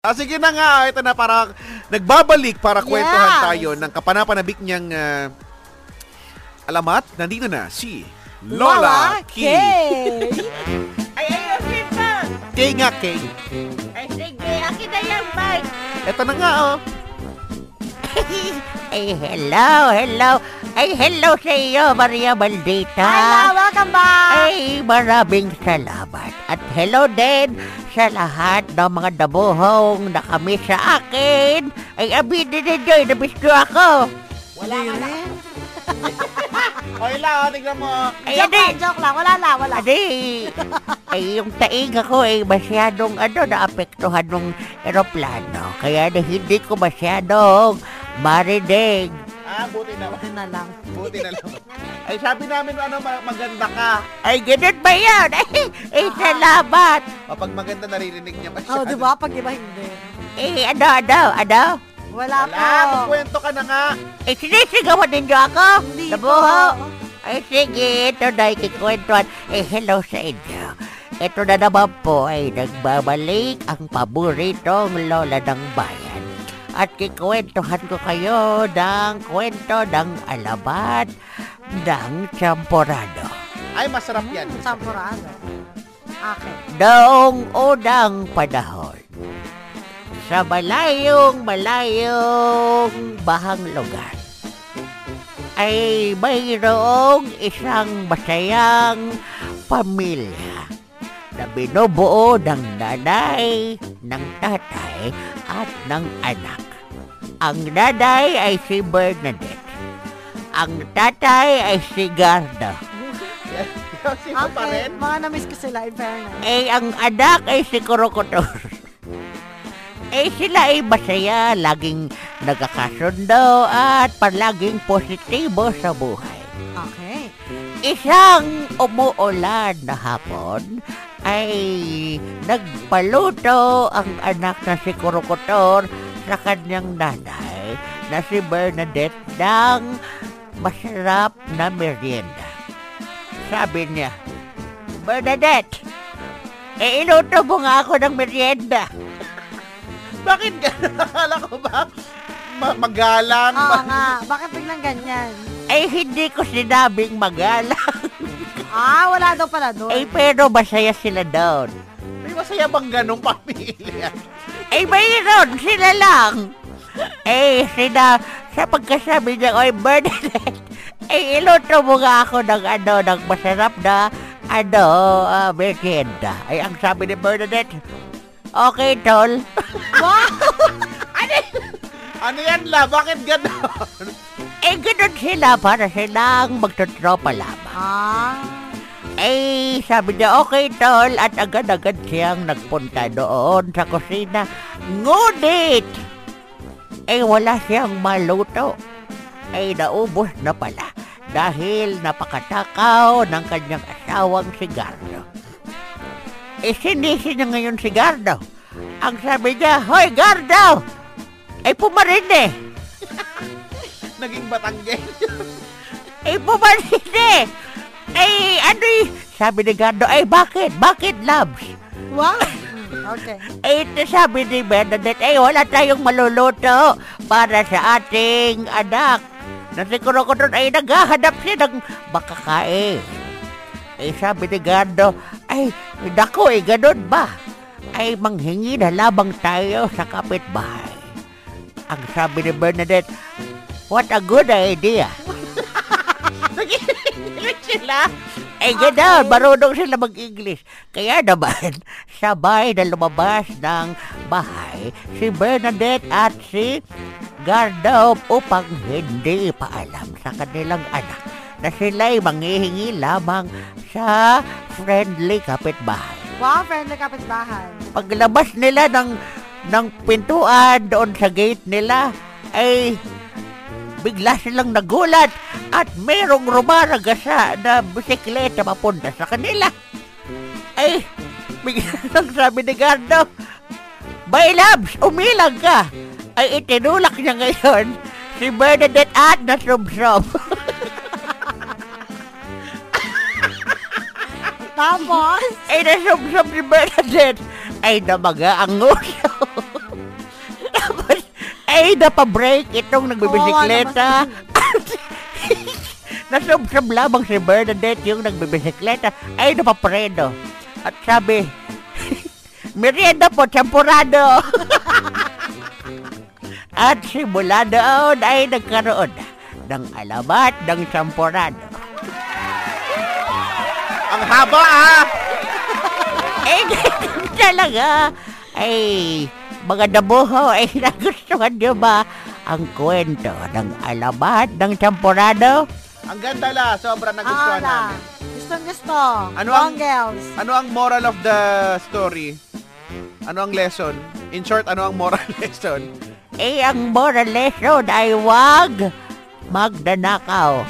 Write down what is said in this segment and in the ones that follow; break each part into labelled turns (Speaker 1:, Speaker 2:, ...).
Speaker 1: Ah, sige na nga, ito na para nagbabalik para kwentuhan
Speaker 2: Yes.
Speaker 1: tayo ng kapanapanabik niyang ah, alamat. Nandito na si Lola,
Speaker 2: Lola
Speaker 1: K.
Speaker 2: Kay.
Speaker 3: Ay, ayusin na!
Speaker 1: K nga, K.
Speaker 3: Ay, sige, akin na yung bike!
Speaker 1: Ito na nga, oh.
Speaker 4: Ay, hello, hello. Ay, hello sa iyo, Maria Maldita.
Speaker 2: Hello, welcome back.
Speaker 4: Ay, maraming salamat. At hello din sa lahat ng mga dabuhong nakami sa akin. Ay, aminin ninyo, inamis nyo ako.
Speaker 2: Wala ka na.
Speaker 1: Oy, la, oh. tignan mo.
Speaker 4: Ay,
Speaker 2: Joke
Speaker 4: ano,
Speaker 2: lang, joke lang. Wala na, wala.
Speaker 4: ano, ay, yung taing ako ay masyadong ano, naapektuhan ng eroplano. Kaya na hindi ko masyadong marinig.
Speaker 1: Ah, buti na.
Speaker 2: Ano na lang.
Speaker 1: Buti na lang. Ay, sabi namin ano, ma- maganda ka.
Speaker 4: Ay, ganun ba yan? Ay, ay salamat.
Speaker 1: Kapag Oh, maganda naririnig niya pa
Speaker 2: Oh, di ba? Pag di ba hindi.
Speaker 4: Eh, ano, ano, ano?
Speaker 2: Wala po.
Speaker 1: Wala, magkwento ka na nga.
Speaker 4: Eh, sinisigawan ninyo ako?
Speaker 2: Hindi
Speaker 4: Nabuho?
Speaker 2: po.
Speaker 4: Ay, sige, ito na ikikwentuhan. Eh, hello sa inyo. Ito na naman po ay nagbabalik ang paboritong lola ng bayan. At kikwentuhan ko kayo ng kwento ng alabat ng champorado.
Speaker 1: Ay, masarap
Speaker 2: Hmm,
Speaker 1: yan.
Speaker 2: Sampurado. Akin.
Speaker 4: Noong unang panahon, sa malayong malayong bahang lugar, ay mayroong isang masayang pamilya na binubuo ng nanay, ng tatay, at ng anak. Ang nanay ay si Bernadette. Ang tatay ay si Garda.
Speaker 1: Sino pa rin?
Speaker 2: Mga na-miss ko sila, in fairness.
Speaker 4: Eh, ang anak ay si Kurokotor. eh, sila ay masaya, laging nagkakasundo at palaging positibo sa buhay.
Speaker 2: Okay.
Speaker 4: Isang umuulan na hapon ay nagpaluto ang anak na si Kurokotor sa kanyang nanay na si Bernadette ng masarap na merienda. Sabi niya, Bernadette, eh iluto mo nga ako ng merienda.
Speaker 1: Bakit gano'n? Akala ko ba? Ma- magalang.
Speaker 2: Oo
Speaker 1: ba?
Speaker 2: nga. Bakit biglang ganyan?
Speaker 4: Ay hindi ko sinabing magala.
Speaker 2: Ah, wala daw pala doon.
Speaker 4: Ay pero masaya sila doon.
Speaker 1: May masaya bang ganong pamilya?
Speaker 4: Ay, Eh, mayroon sila lang. Eh, sina, sa pagkasabi niya, Oy, Bernadette, eh, iluto mo nga ako ng ano, ng masarap na, ano, uh, merienda. Ay, ang sabi ni Bernadette, okay, tol.
Speaker 1: Ano yan la? Bakit gano'n?
Speaker 4: Eh, ganun sila para silang magtutropa lamang.
Speaker 2: Ah.
Speaker 4: Eh, sabi niya, okay, tol. At agad-agad siyang nagpunta doon sa kusina. Ngunit, eh, wala siyang maluto. Eh, naubos na pala dahil napakatakaw ng kanyang asawang sigardo. Eh, sinisi niya ngayon si Gardo. Ang sabi niya, Hoy, Gardo! Ay, pumarin eh.
Speaker 1: Naging batanggay.
Speaker 4: Eh, pumalit eh. Eh, ano eh? Sabi ni Gando, ay bakit? Bakit, loves?
Speaker 2: Wow. Mm, Okay.
Speaker 4: Eh, ito sabi ni Bernadette, eh, wala tayong maluluto para sa ating anak. Na siguro ko doon ay naghahanap siya ng makakain. Eh, sabi ni Gando, ay, dako eh, ganun ba? Ay, manghingi na lamang tayo sa kapitbahay. Ang sabi ni Bernadette, what a good idea. Nag-English sila. Eh, ganun, marunong sila mag-English. Kaya naman, sabay na lumabas ng bahay si Bernadette at si Gardo upang hindi paalam sa kanilang anak na sila'y manghihingi lamang sa friendly kapitbahay
Speaker 2: Wow, friendly kapitbahay.
Speaker 4: paglabas nila ng ng pintuan doon sa gate nila ay bigla silang nagulat at merong rumaragasa na bisikleta papunta sa kanila. Ay, bigla lang sabi ni Gardo, By loves, umilag ka! Ay itinulak niya ngayon si Bernadette at nasubsob.
Speaker 2: Tapos,
Speaker 4: ay nasubsob si Bernadette ay namaga ang nguso. made up a break itong nagbibisikleta. Nasubsob lamang si Bernadette yung nagbibisikleta ay napapredo. At sabi, merienda po, champurado. At simula doon ay nagkaroon ng alamat ng champurado.
Speaker 1: Ang haba ah!
Speaker 4: Eh, talaga. Ay, mga dabuho, ay nagustuhan nyo ba ang kwento ng alamat ng champurado?
Speaker 1: Ang ganda la, sobrang nagustuhan namin.
Speaker 2: ano Gustong gusto.
Speaker 1: Ano ang-
Speaker 2: Long girls.
Speaker 1: Ano ang moral of the story? Ano ang lesson? In short, ano ang moral lesson?
Speaker 4: Eh, ang moral lesson ay wag magdanakaw.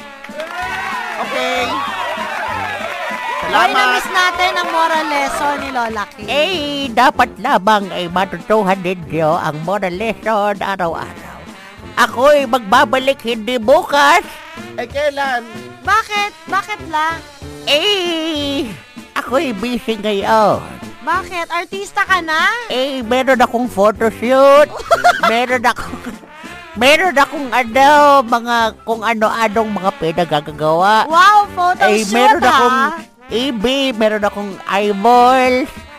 Speaker 1: Okay!
Speaker 2: Ay,
Speaker 1: Salamat!
Speaker 2: na-miss natin ang moral lesson ni Lola Kim.
Speaker 4: Eh, dapat lamang ay matutuhan ninyo ang moral lesson araw-araw. Ako'y magbabalik hindi bukas.
Speaker 1: Eh, kailan?
Speaker 2: Bakit? Bakit lang?
Speaker 4: Eh, ako'y busy ngayon.
Speaker 2: Bakit? Artista ka na?
Speaker 4: Eh, meron akong photoshoot. meron akong... Meron akong ano, mga kung ano-anong mga pinagagagawa.
Speaker 2: Wow, photo
Speaker 4: Ay,
Speaker 2: shoot
Speaker 4: Eh, meron
Speaker 2: ha?
Speaker 4: akong EB, meron akong eyeball.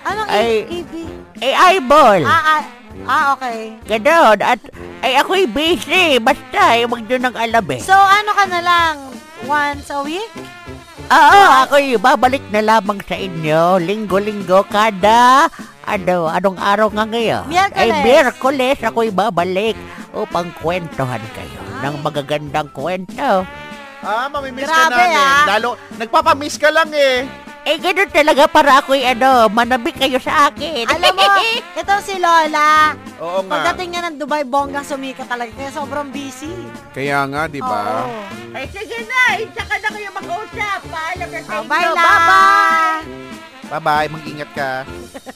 Speaker 2: Anong
Speaker 4: ay-
Speaker 2: i- ibig?
Speaker 4: Eh, eyeball.
Speaker 2: Ah, ah, ah, okay.
Speaker 4: Ganon. At, ay, ako'y busy. Basta, eh, wag nyo nang alamin.
Speaker 2: So, ano ka na lang? Once a week?
Speaker 4: Oo, ako'y babalik na lamang sa inyo. Linggo-linggo kada... Ano, anong araw nga ngayon?
Speaker 2: Miyerkules.
Speaker 4: Ay, Miyerkules ako'y babalik upang kwentuhan kayo ng magagandang kwento.
Speaker 1: Ah, mamimiss ka
Speaker 2: Grabe,
Speaker 1: namin.
Speaker 2: ah.
Speaker 1: Lalo, nagpapamiss ka lang eh.
Speaker 4: Eh, ganun talaga para ako'y ano, manabik kayo sa akin.
Speaker 2: Alam mo, ito si Lola.
Speaker 1: Oo nga.
Speaker 2: Pagdating niya ng Dubai, bongga sumika talaga. Kaya sobrang busy.
Speaker 1: Kaya nga, di ba?
Speaker 2: Oo.
Speaker 3: Ay, eh, sige na. Isa ka na kayo mag-usap. Paalam na sa
Speaker 2: Oh,
Speaker 4: Então,
Speaker 3: inyo.
Speaker 2: bye,
Speaker 3: Bye-bye.
Speaker 2: Lola.
Speaker 1: Bye-bye, mag-ingat ka.